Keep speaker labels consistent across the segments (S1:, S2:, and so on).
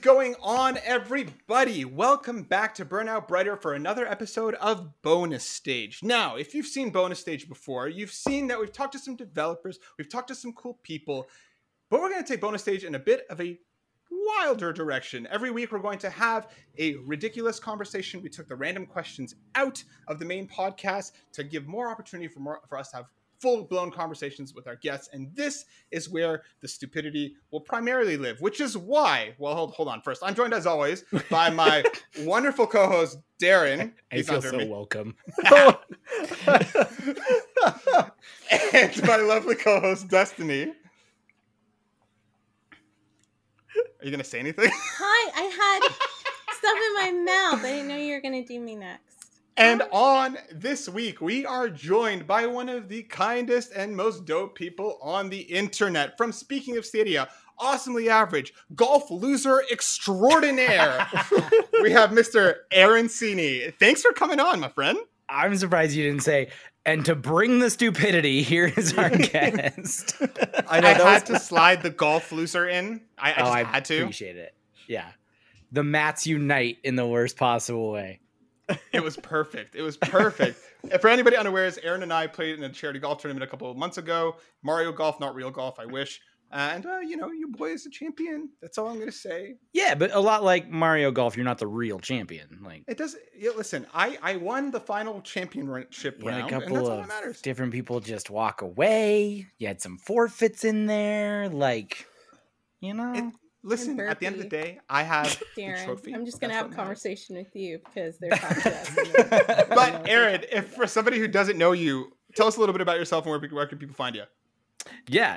S1: going on, everybody? Welcome back to Burnout Brighter for another episode of Bonus Stage. Now, if you've seen Bonus Stage before, you've seen that we've talked to some developers, we've talked to some cool people, but we're going to take Bonus Stage in a bit of a wilder direction. Every week, we're going to have a ridiculous conversation. We took the random questions out of the main podcast to give more opportunity for more for us to have full blown conversations with our guests. And this is where the stupidity will primarily live, which is why. Well, hold hold on. First, I'm joined as always by my wonderful co-host Darren.
S2: I
S1: He's
S2: feel
S1: not
S2: so
S1: very-
S2: welcome.
S1: and my lovely co-host Destiny. Are you gonna say anything?
S3: Hi, I had stuff in my mouth. I didn't know you were gonna do me next.
S1: And on this week, we are joined by one of the kindest and most dope people on the internet. From Speaking of Stadia, awesomely average, golf loser extraordinaire, we have Mr. Aaron Cini. Thanks for coming on, my friend.
S2: I'm surprised you didn't say, and to bring the stupidity, here is our guest. oh,
S1: I, had to slide the golf loser in. I, Oh, I just had to.
S2: Oh, appreciate it. Yeah. The mats unite in the worst possible way.
S1: It was perfect. It was perfect. And For anybody unaware, is Aaron and I played in a charity golf tournament a couple of months ago. Mario golf, not real golf. I wish. And uh, you know, your boy is a champion. That's all I'm gonna say.
S2: Yeah, but a lot like Mario Golf, you're not the real champion. Like,
S1: It does. Yeah, listen, I I won the final championship
S2: you had a
S1: round, and that's
S2: couple
S1: all that
S2: of
S1: matters.
S2: different people just walk away. You had some forfeits in there. Like, you know.
S1: It- listen, at the end of the day, I have the
S3: Darren,
S1: trophy.
S3: I'm just gonna
S1: That's
S3: have a
S1: what matters.
S3: conversation with you because they're talking to us. and they're-
S1: But Aaron, if for somebody who doesn't know you, tell us a little bit about yourself and where, pe- where can people find you?
S2: Yeah,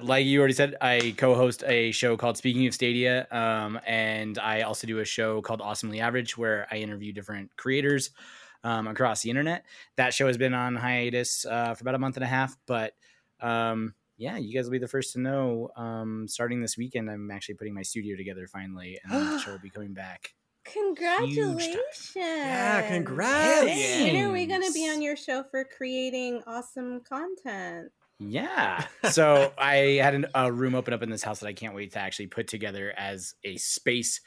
S2: uh, like you already said, I co-host a show called Speaking of Stadia, um, and I also do a show called Awesomely Average, where I interview different creators um, across the internet. That show has been on hiatus uh, for about a month and a half, but um, yeah, you guys will be the first to know. Um, starting this weekend, I'm actually putting my studio together finally, and that show will be coming back.
S3: Congratulations!
S4: Yeah,
S2: Hell
S4: congrats.
S2: yeah.
S3: When are we gonna be
S2: Thanks.
S3: on your show for creating awesome content?
S2: Yeah. So I had an, a room open up in this house that I can't wait to actually put together as a space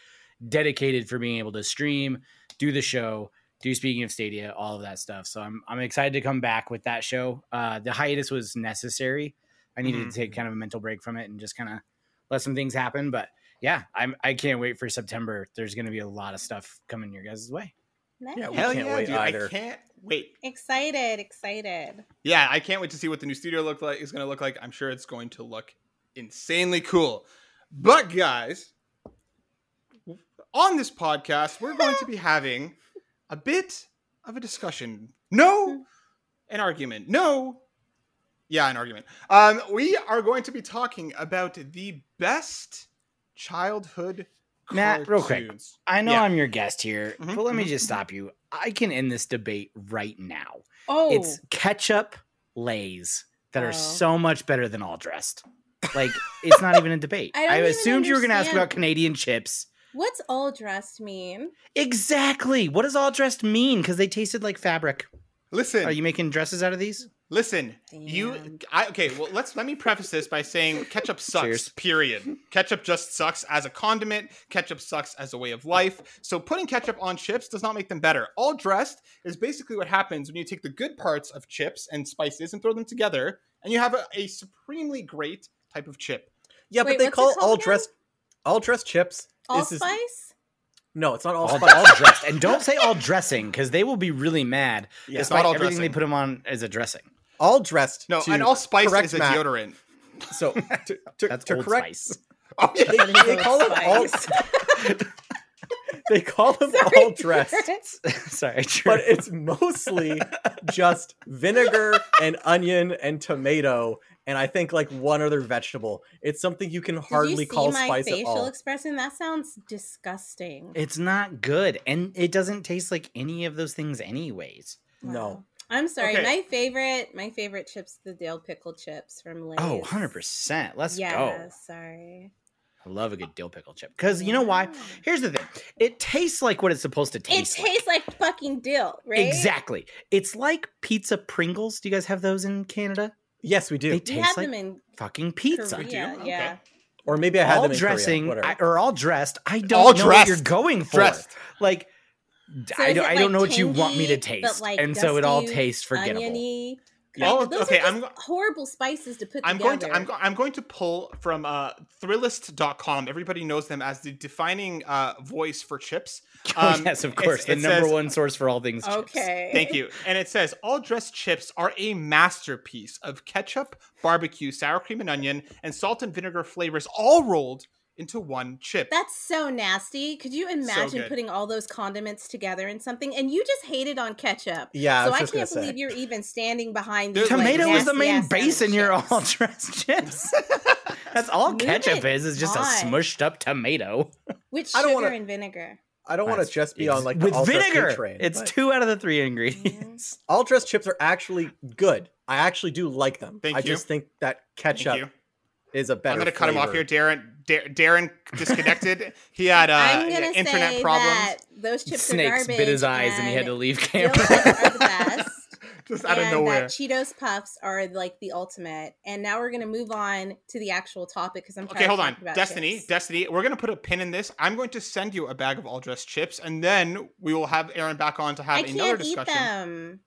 S2: dedicated for being able to stream, do the show, do speaking of Stadia, all of that stuff. So I'm I'm excited to come back with that show. Uh, the hiatus was necessary. I needed
S1: Mhm.
S2: to take kind of a mental break from it and just kind of let some things happen. But yeah, I'm I can't wait for September. There's going to be a lot of stuff coming your guys' way.
S3: Nice.
S4: Yeah, we
S1: Hell
S4: can't
S1: yeah,
S4: wait
S1: dude! I
S4: either.
S1: can't wait.
S3: Excited, excited.
S1: Yeah, I can't wait to see what the new studio look like is going to look like. I'm sure it's going to look insanely cool. But guys, on this podcast, we're going to be having a bit of a discussion. No, an argument. No, yeah, an argument. Um, we are going to be talking about the best childhood
S2: Matt, real quick.
S1: cartoons.
S2: I know
S1: Yeah.
S2: I'm your guest here,
S1: Mhm,
S2: but let me
S1: mhm,
S2: just stop you. I can end this debate right now.
S3: Oh,
S2: it's ketchup lays that
S3: Oh.
S2: are so much better than all dressed. Like it's not even a debate.
S3: I don't
S2: I,
S3: even
S2: assumed you were going to ask
S3: understand.
S2: about Canadian chips.
S3: what's all dressed mean?
S2: Exactly. What does all dressed mean? Because they tasted like fabric.
S1: Listen,
S2: Are you making dresses out of these?
S1: Listen, you
S3: Damn.
S1: I okay, well let's let me preface this by saying ketchup sucks.
S2: Cheers.
S1: Period. Ketchup just sucks as a condiment. Ketchup sucks as a way of life. So putting ketchup on chips does not make them better. All dressed is basically what happens when you take the good parts of chips and spices and throw them together and you have a, a supremely great type of chip.
S4: Yeah,
S3: Wait,
S4: but they
S3: what's it
S4: call
S3: called
S4: all
S3: again?
S4: dressed all dressed chips. is this-
S3: Allspice.
S4: no, it's not all,
S2: All,
S4: spice.
S2: all dressed, and don't say all dressing because they will be really mad.
S1: Yeah.
S2: despite
S1: Not all
S2: everything they
S1: dressing.
S2: put them on as a dressing.
S4: all dressed.
S1: No,
S4: to
S1: and all spice
S4: correct
S1: is a
S4: Matt.
S1: deodorant.
S4: So to, to,
S2: That's
S4: to
S2: Old
S4: correct,
S2: Spice.
S1: Oh yeah.
S4: They, they call them all. they call them all dressed,
S2: Sorry, true.
S4: but it's mostly just vinegar and onion and tomato, and I think like one other vegetable. It's something you can
S3: Did you
S4: hardly
S3: see
S4: call
S3: my
S4: spice at
S3: facial
S4: all.
S3: expression? That sounds disgusting.
S2: it's not good, and it doesn't taste like any of those things, anyways.
S4: No.
S3: I'm sorry.
S1: Okay.
S3: My favorite, my favorite chips, the Dale pickle chips from Lay's.
S2: Oh, 100%. Let's
S3: yeah,
S2: go.
S3: sorry.
S2: I love a good dill pickle chip. Because you know why?
S3: Yeah.
S2: Here's the thing it tastes like what it's supposed to
S3: It
S2: taste like.
S3: tastes like fucking dill, right?
S2: Exactly. It's like pizza Pringles. Do you guys have those in Canada?
S4: Yes, we do.
S2: They
S3: We have
S2: taste like
S3: them in
S2: fucking pizza.
S3: Korea.
S1: Okay.
S3: Yeah.
S4: or maybe I had
S2: all
S4: them in Korea,
S2: dressing
S4: whatever.
S2: I, or all dressed. I don't
S1: All
S2: know what you're
S1: dressed.
S2: going for.
S1: Dressed.
S2: Like,
S3: So
S2: I,
S3: is
S2: don't,
S3: it,
S2: I don't
S3: like,
S2: know what you want me to
S3: tangy, but,
S2: taste,
S3: like,
S2: and so it all
S3: dusty,
S2: tastes forgettable.
S3: Oniony.
S1: Yeah. All of-
S3: Those
S1: Oh, okay,
S3: are just
S1: I'm go-
S3: horrible spices to put
S1: I'm going
S3: together.
S1: to I'm, go- I'm going to pull from uh, Thrillist.com. Everybody knows them as the defining uh, voice for chips.
S2: Oh,
S1: Um,
S2: yes, of
S1: it's-
S2: course, the
S1: it
S2: number
S1: says-
S2: one source for all things. chips.
S3: Okay.
S1: Thank you. And it says all dressed chips are a masterpiece of ketchup, barbecue, sour cream and onion, and salt and vinegar flavors, all rolled into one chip.
S3: That's so nasty. Could you imagine
S1: good.
S3: putting all those condiments together in something? And you just hated on ketchup.
S4: Yeah, I
S3: so
S4: was
S3: I
S4: just gonna
S3: can't believe
S4: say.
S3: you're even standing behind.
S1: Dude,
S3: these, like,
S2: Tomato is the
S3: nasty
S2: main
S3: ass
S2: base, and you're
S3: chips.
S2: all dressed chips. That's all
S3: Move
S2: ketchup
S3: it
S2: is. Is just
S3: on.
S2: a smushed up tomato
S3: with
S4: I
S3: sugar
S4: don't wanna-
S3: and vinegar.
S4: I don't want to
S2: That's-
S4: just be
S2: it's-
S4: on like the
S2: with
S4: all-dressed food
S2: vinegar.
S4: Train,
S2: it's
S4: but
S2: two out of the three ingredients.
S4: all dressed chips are actually good. I actually do like them.
S1: Thank
S4: I
S1: you.
S4: just think that
S1: Thank
S4: ketchup
S1: you.
S4: is a better.
S1: I'm going to cut him off here.
S4: flavor.
S1: Darren Dar- Darren disconnected. he had uh,
S3: I'm gonna
S1: internet
S3: say
S1: problems.
S3: that those chips are
S2: Snakes
S3: garbage.
S2: bit his eyes, and he had to leave
S3: Dill
S2: camera.
S3: pickles are the best.
S1: Just out of
S3: and
S1: nowhere.
S3: That Cheetos puffs are like the ultimate. And now we're gonna move on to the actual topic because I'm tired
S1: Okay,
S3: of
S1: hold on.
S3: talking about
S1: Destiny,
S3: chips.
S1: Destiny, we're gonna put a pin in this. I'm going to send you a bag of all dressed chips, and then we will have Aaron back on to have
S3: I
S1: another
S3: can't eat
S1: discussion.
S3: them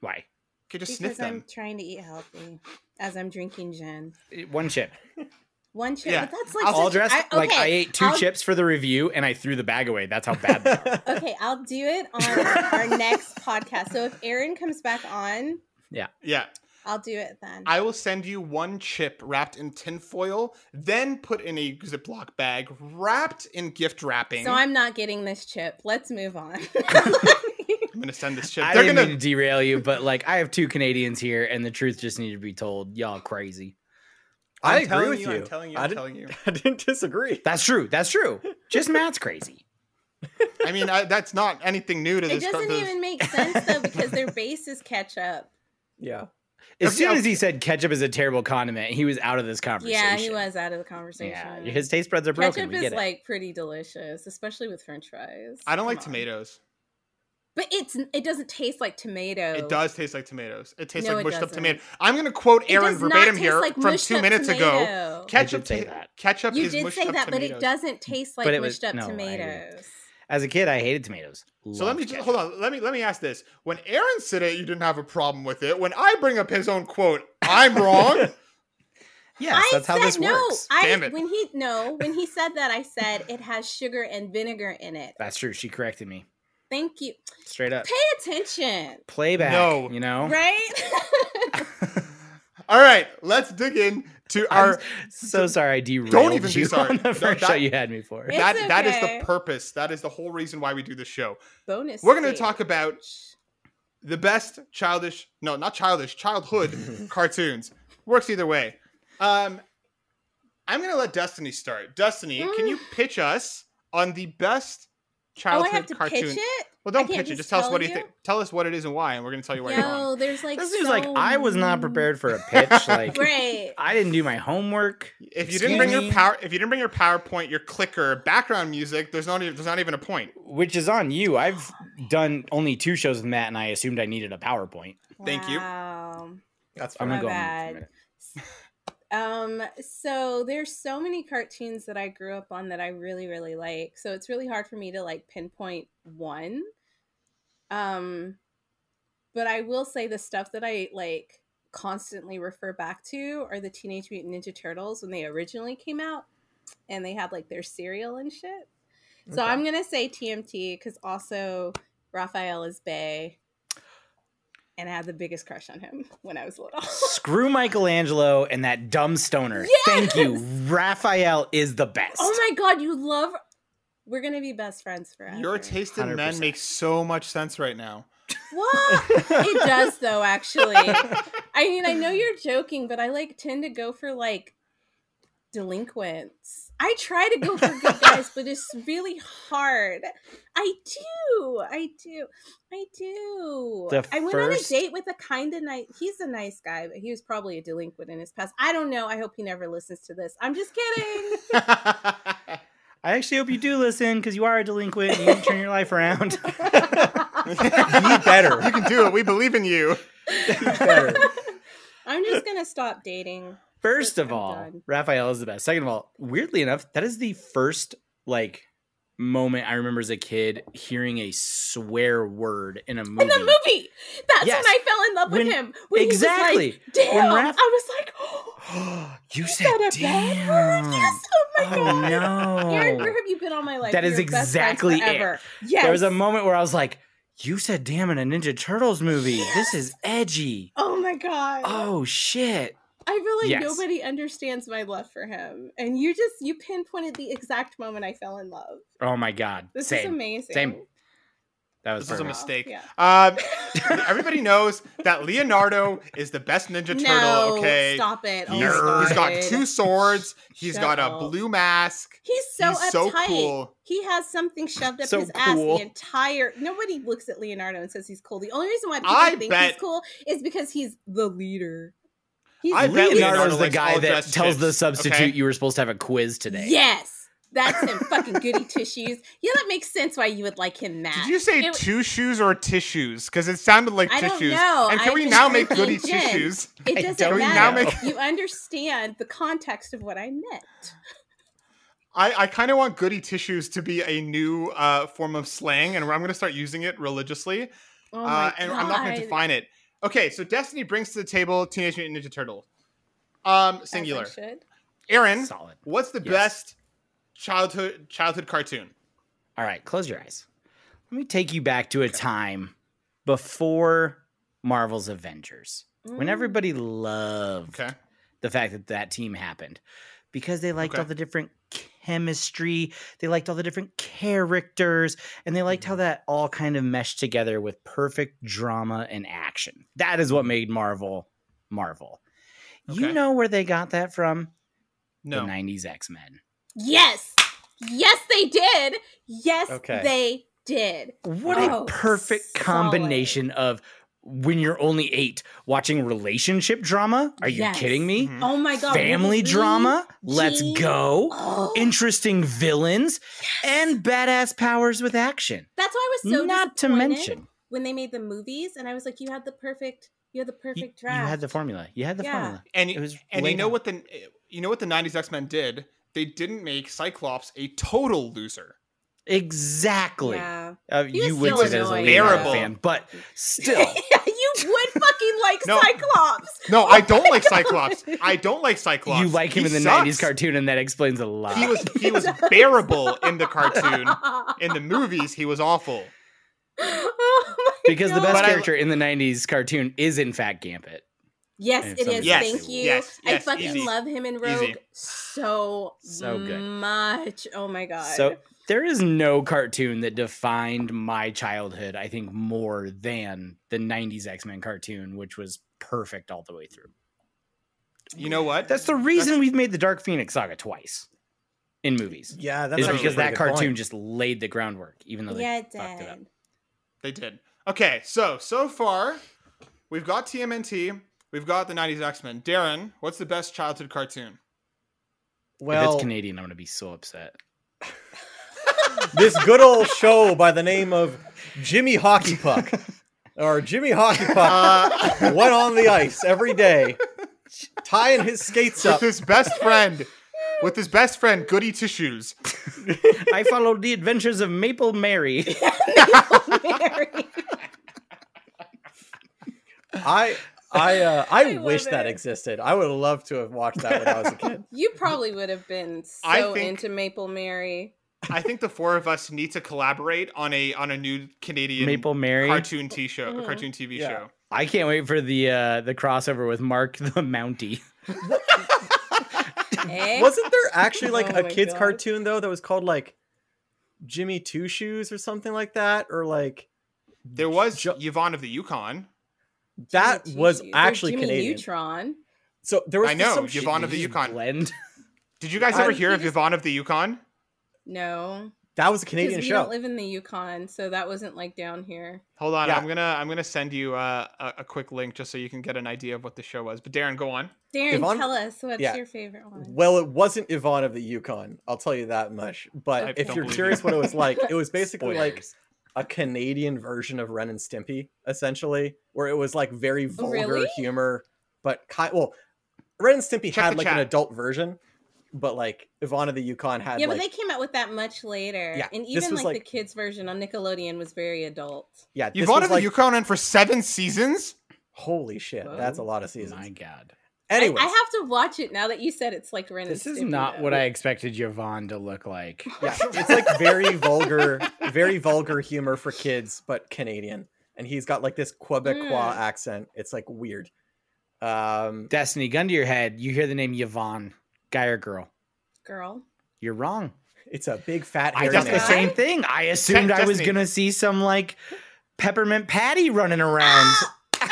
S2: Why?
S1: Okay, just sniff
S3: because
S1: them.
S3: I'm trying to eat healthy as I'm drinking gin.
S2: One chip.
S3: One chip,
S1: Yeah,
S3: but that's like
S2: all
S3: such a-
S2: dressed.
S3: I,
S2: Like
S3: okay,
S2: I ate 2
S3: I'll-
S2: chips for the review, and I threw the bag away. That's how bad. they are.
S3: Okay, I'll do it on our next podcast. So if Aaron comes back on,
S1: Yeah,
S3: I'll do it then.
S1: I will send you one chip wrapped in tinfoil, then put in a Ziploc bag wrapped in gift wrapping.
S3: so I'm not getting this chip. Let's move on.
S1: I'm gonna send this chip.
S2: I
S1: They're
S2: didn't
S1: gonna.
S2: mean to derail you, but like I have two Canadians here, and the truth just needed to be told. Y'all crazy.
S4: I
S1: I'm
S4: agree
S1: telling
S4: with you.
S1: I'm telling you.
S4: I
S1: I'm
S4: didn't-
S1: telling you.
S4: I didn't disagree.
S2: That's true. That's true. Just Matt's crazy.
S1: I mean, I, that's not anything new to
S3: it
S1: this. co-
S3: doesn't
S1: this-
S3: even make sense though because their base is ketchup.
S4: Yeah.
S2: As
S1: Okay,
S2: soon
S1: I'll-
S2: as he said ketchup is a terrible condiment, he was out of this conversation.
S3: Yeah, he was out of the conversation.
S2: Yeah, his taste buds are broken.
S3: ketchup
S2: We
S3: is
S2: get it.
S3: like pretty delicious, especially with French fries.
S1: I don't like
S3: Come on.
S1: tomatoes.
S3: but it's it doesn't taste like tomato.
S1: It does taste like tomatoes. It tastes
S3: No,
S1: like
S3: it
S1: mushed up
S3: doesn't.
S1: tomato. I'm gonna quote
S3: It
S1: Aaron
S3: does not
S1: verbatim
S3: taste
S1: here
S3: like
S1: from
S3: mushed
S1: two
S3: up
S1: minutes ago.
S3: tomato.
S1: Ketchup.
S2: say
S1: ta-
S2: that.
S1: Ketchup
S3: you
S1: is
S3: did
S1: mushed
S3: say
S1: up
S3: that, but it
S1: tomatoes.
S3: doesn't taste like
S2: But it was-
S3: mushed up
S2: no, I agree.
S3: tomatoes.
S2: As a kid, I hated tomatoes.
S1: So let
S2: Loved
S1: me just
S2: ketchup.
S1: hold on. Let me let me ask this. When Aaron said it, you didn't have a problem with it. When I bring up his own quote, I'm wrong.
S2: Yes, that's how
S3: said,
S2: this
S3: no,
S2: works.
S3: I,
S1: Damn it.
S3: When he no, when he said that, I said it has sugar and vinegar in it.
S2: That's true. She corrected me
S3: Thank you.
S2: straight up.
S3: Pay attention,
S2: Playback.
S1: No.
S2: you know.
S3: right?
S1: All right, let's dig in to our
S2: I'm so sorry I derailed
S1: even be
S2: you
S1: sorry.
S2: on the
S1: No,
S2: first
S1: that-
S2: show you had me for.
S3: It's
S1: that that is
S3: okay.
S1: the purpose. That is the whole reason why we do this show.
S3: Bonus.
S1: We're going to
S3: stage.
S1: talk about the best childish, no, not childish, childhood cartoons. Works either way. Um I'm going to let Destiny start. Destiny, can you pitch us on the best
S3: Mm. Oh,
S1: childhood
S3: I have to
S1: cartoon?
S3: pitch it.
S1: Well,
S3: I
S1: don't
S3: can't
S1: pitch it.
S3: just
S1: Just tell us
S3: tell
S1: what you
S3: you?
S1: think. Tell us what it is and why, and we're going to tell you why you're wrong.
S3: No, there's like
S2: this seems
S3: so
S2: like I was not prepared for a pitch. Like
S3: Right.
S2: I didn't do my homework.
S1: If you didn't
S2: Excuse
S1: bring
S2: me?
S1: your power, if you didn't bring your PowerPoint, your clicker, background music, there's not even, there's not even a point.
S2: which is on you. I've done only two shows with Matt, and I assumed I needed a PowerPoint.
S1: Thank you.
S3: Wow.
S4: That's
S2: I'm
S4: fine.
S2: gonna
S3: My
S2: go on mute for a
S3: bad.
S2: minute.
S3: Um, so there's so many cartoons that I grew up on that I really, really like. So it's really hard for me to like pinpoint one. Um, but I will say the stuff that I like constantly refer back to are the Teenage Mutant Ninja Turtles when they originally came out and they had like their cereal and shit. So
S4: Okay.
S3: I'm gonna say TMT because also Raphael is Bay. And I had the biggest crush on him when I was little.
S2: Screw Michelangelo and that dumb stoner. Thank you. Raphael is the best.
S3: Oh my god, you love. We're gonna be best friends forever.
S1: Your taste in men
S2: 100%.
S1: makes so much sense right now.
S3: What? it does though, actually. I mean, I know you're joking, but I like tend to go for like delinquents. I try to go for good guys, but it's really hard. I do, I do, I do.
S2: The
S3: I went on a
S2: first-
S3: date with a kind of nice. He's a nice guy, but he was probably a delinquent in his past. I don't know. I hope he never listens to this. I'm just kidding.
S2: I actually hope you do listen because you are a delinquent. And you can turn your life around.
S1: Be
S4: better.
S1: You can do it. We believe in you.
S4: Better.
S3: I'm just gonna stop dating.
S2: First of
S3: I'm
S2: all,
S3: done.
S2: Raphael is the best. Second of all, weirdly enough, that is the first like moment I remember as a kid hearing a swear word in a movie.
S3: in the movie. That's
S2: Yes.
S3: when I fell in love with
S2: When-
S3: him. When he was like,
S2: exactly.
S3: Damn.
S2: Raph-
S3: I was like, oh,
S2: you
S3: is
S2: said
S3: that a
S2: damn.
S3: bad word? Yes. Oh my
S2: Oh
S3: god.
S2: no.
S3: Aaron, where have you been all my life?
S2: That
S3: You're
S2: is
S3: your best friends
S2: exactly it.
S3: forever. Yes.
S2: There was a moment where I was like, "You said damn in a Ninja Turtles movie. This is edgy."
S3: Oh my god.
S2: Oh shit.
S3: I feel like
S2: Yes.
S3: nobody understands my love for him. And you just you pinpointed the exact moment I fell in love.
S2: Oh my god.
S3: This is
S2: Same.
S3: amazing.
S2: Same. That was
S1: This is a
S2: perfect.
S3: mis-
S1: mistake.
S3: Yeah.
S1: Um, everybody knows that Leonardo is the best Ninja Turtle.
S3: no,
S1: okay,
S3: Stop it. Oh my
S1: Nerd. he's got
S3: God.
S1: two swords. He's
S3: Shut
S1: got a
S3: up.
S1: blue mask.
S3: He's so
S1: He's
S3: uptight.
S1: so cool.
S3: He has something shoved up
S2: So
S3: his ass
S2: cool.
S3: the entire. Nobody looks at Leonardo and says he's cool. The only reason why people
S1: I
S3: think
S1: bet-
S3: he's cool is because he's the leader. He's
S1: I bet
S3: he's-
S1: Leonardo
S2: Leonardo's the
S1: likes all
S2: guy that
S1: dress
S2: tells the
S1: tips,
S2: substitute
S1: okay?
S2: you were supposed to have a quiz today.
S3: Yes, that's him. fucking goody two shoes. Yeah, that makes sense why you would like him, Matt.
S1: Did you say
S3: It-
S1: two shoes or tissues? Because it sounded like
S3: I don't
S1: tissues.
S3: know.
S1: And can
S3: I've
S1: we
S3: been
S1: now make
S3: drinking
S1: goody
S3: gin.
S1: tissues?
S3: It
S2: I
S3: doesn't
S2: don't
S1: now
S3: matter.
S1: make-
S3: You understand the context of what I meant.
S1: I, I kind of want goody tissues to be a new uh, form of slang, and I'm going to start using it religiously.
S3: Oh my
S1: uh, and I'm not going
S3: God.
S1: to define it. Okay, so Destiny brings to the table Teenage Mutant Ninja Turtle. Um,
S3: As I
S1: singular.
S3: should.
S1: Aaron,
S2: Solid.
S1: what's the
S2: Yes.
S1: best childhood childhood cartoon?
S2: All right, close your eyes. Let me take you back to a time before Marvel's Avengers when
S3: Mm.
S2: everybody loved
S1: Okay.
S2: the fact that that team happened because they liked
S1: Okay.
S2: all the different chemistry, they liked all the different characters, and they liked
S1: Mm-hmm.
S2: how that all kind of meshed together with perfect drama and action. That is what made Marvel Marvel. You
S1: Mm-hmm. Okay.
S2: know where they got that from?
S1: No.
S2: The 90s X-Men.
S3: Yes. Yes, they did. Yes,
S4: Okay.
S3: they did.
S2: What
S3: Oh,
S2: a perfect
S3: solid.
S2: combination of when you're only eight watching relationship drama. Are you
S3: Yes.
S2: kidding me?
S1: Mhm.
S3: Oh my god.
S2: Family
S3: Wolverine.
S2: drama. Let's
S3: G-
S2: go.
S3: Oh,
S2: Interesting villains and badass powers with action.
S3: that's why I was so
S2: Not to
S3: disappointed
S2: mention,
S3: when they made the movies and I was like you had the perfect you had the
S2: y-
S3: perfect
S2: you
S3: draft.
S2: had the formula. You had the
S3: Yeah.
S2: formula.
S1: And
S2: It was
S1: and you
S2: laid
S1: know
S2: out.
S1: what the you know what the 90s X-Men did? They didn't make Cyclops a total loser.
S2: exactly.
S3: Yeah.
S2: Uh,
S3: He was
S2: you would
S3: so
S2: say that as a
S3: annoying,
S1: though.
S2: Leonardo fan, but still,
S3: you would fucking like
S1: No.
S3: Cyclops.
S1: No, I don't like Cyclops. I don't like Cyclops.
S2: you like him
S1: He
S2: in the
S1: sucks.
S2: '90s cartoon, and that explains a lot.
S1: He was he was bearable in the cartoon. In the movies, he was awful.
S3: Oh my
S2: because the
S3: God.
S2: best
S1: But I-
S2: character in the '90s cartoon is in fact Gambit.
S3: Yes,
S2: And
S3: it
S2: some
S3: is.
S1: Yes,
S3: Thank you.
S1: yes,
S3: I
S1: yes,
S3: fucking
S1: easy.
S3: love him in Rogue
S1: Easy.
S3: so
S2: So good.
S3: much. Oh my god.
S2: So there is no cartoon that defined my childhood, I think, more than the 90s X Men cartoon, which was perfect all the way through.
S1: You know what?
S2: That's the reason we've made the Dark Phoenix saga twice in movies,
S4: Yeah, that's
S2: is
S1: actually a
S2: because
S1: pretty
S2: that cartoon just laid the groundwork, even though they
S3: yeah,
S2: fucked it up.
S3: Dad.
S1: They did. Okay, so so far, we've got TMNT, we've got the '90s X-Men. Darren, what's the best childhood cartoon?
S2: if
S4: well,
S2: it's Canadian, I'm going to be so upset.
S4: this good old show by the name of Jimmy Hockey Puck or Jimmy Hockey Puck
S1: Uh,
S4: went on the ice every day, tying his skates
S1: with
S4: up.
S1: his best friend, with his best friend, Goody Tissues.
S2: I followed the adventures of Maple Mary.
S3: Mary.
S4: I I uh, I,
S3: I love
S4: wish that
S3: it.
S4: existed. I would have loved to have watched that when I was a kid.
S3: You probably would have been
S1: I
S3: so
S1: think-
S3: into Maple Mary.
S1: I think the four of us need to collaborate on a on a new Canadian
S2: Maple Mary.
S1: cartoon T show,
S3: Mhm.
S1: cartoon TV
S4: Mm-hmm. Yeah.
S1: show.
S2: I can't wait for the uh, the crossover with Mark the Mountie.
S3: Eh?
S4: Wasn't there actually like
S3: Oh
S4: a
S3: my
S4: kids
S3: God.
S4: cartoon though that was called like Jimmy Two Shoes or something like that, or like
S1: There was
S4: Ju-
S1: Yvonne of the Yukon.
S4: that
S3: Jimmy
S4: was
S3: Tucci- or
S4: actually
S3: Jimmy
S4: Canadian.
S3: Neutron.
S4: So there was
S1: I know,
S4: some
S1: Yvonne of the
S4: shitty-
S1: Yukon.
S2: Blend.
S1: Did you guys
S4: I-
S1: ever hear of
S3: He just-
S1: Yvonne of the Yukon?
S3: No,
S4: That was a
S3: because
S4: Canadian
S3: we
S4: show.
S3: don't live in the Yukon, so that wasn't like down here.
S1: Hold on,
S4: Yeah.
S1: I'm gonna I'm gonna send you uh, a, a quick link just so you can get an idea of what the show was. But Darren, go on.
S3: Darren,
S4: Yvonne-
S3: tell us what's
S4: Yeah.
S3: your favorite one.
S4: Well, it wasn't Yvonne of the Yukon. I'll tell you that much. But
S3: I
S4: if
S1: don't
S4: you're
S1: believe
S4: curious
S1: you.
S4: what it was like, it was basically like
S2: Spoilers.
S4: a Canadian version of Ren and Stimpy, essentially, where it was like very vulgar
S3: Oh, Really?
S4: humor, but kind well. Ren and Stimpy
S1: Check
S4: had
S1: the
S4: like an
S1: chat.
S4: adult version, but like Ivana the Yukon had
S3: yeah,
S4: like
S3: but they came out with that much later.
S4: Yeah,
S3: and
S4: this
S3: even
S4: was
S3: like,
S4: like-
S3: the kids version on Nickelodeon was very adult.
S4: yeah.
S1: You've
S4: This
S1: wanted
S4: was
S1: the
S4: like,
S1: Yukon on for seven seasons.
S4: holy shit, that's a
S3: Whoa.
S4: lot of
S2: My
S4: seasons.
S2: God,
S4: Anyway,
S3: I, I have to watch it now that you said it's like Ren.
S2: this
S3: and
S2: is
S3: Stimpy,
S2: not
S3: though.
S2: what I expected Yvonne to look like.
S4: yeah, it's like very vulgar, very vulgar humor for kids, but Canadian. And he's got like this Quebecois
S3: Mm.
S4: accent. It's like weird. Um,
S2: Destiny, gun to your head. You hear the name Yvonne, guy or girl?
S3: girl.
S2: You're wrong.
S4: it's a big fat.
S2: I
S4: hairy
S2: thought
S4: man.
S2: the
S3: Destiny.
S2: same thing. I assumed I was
S1: Destiny.
S2: gonna see some like peppermint patty running around.
S3: Ah!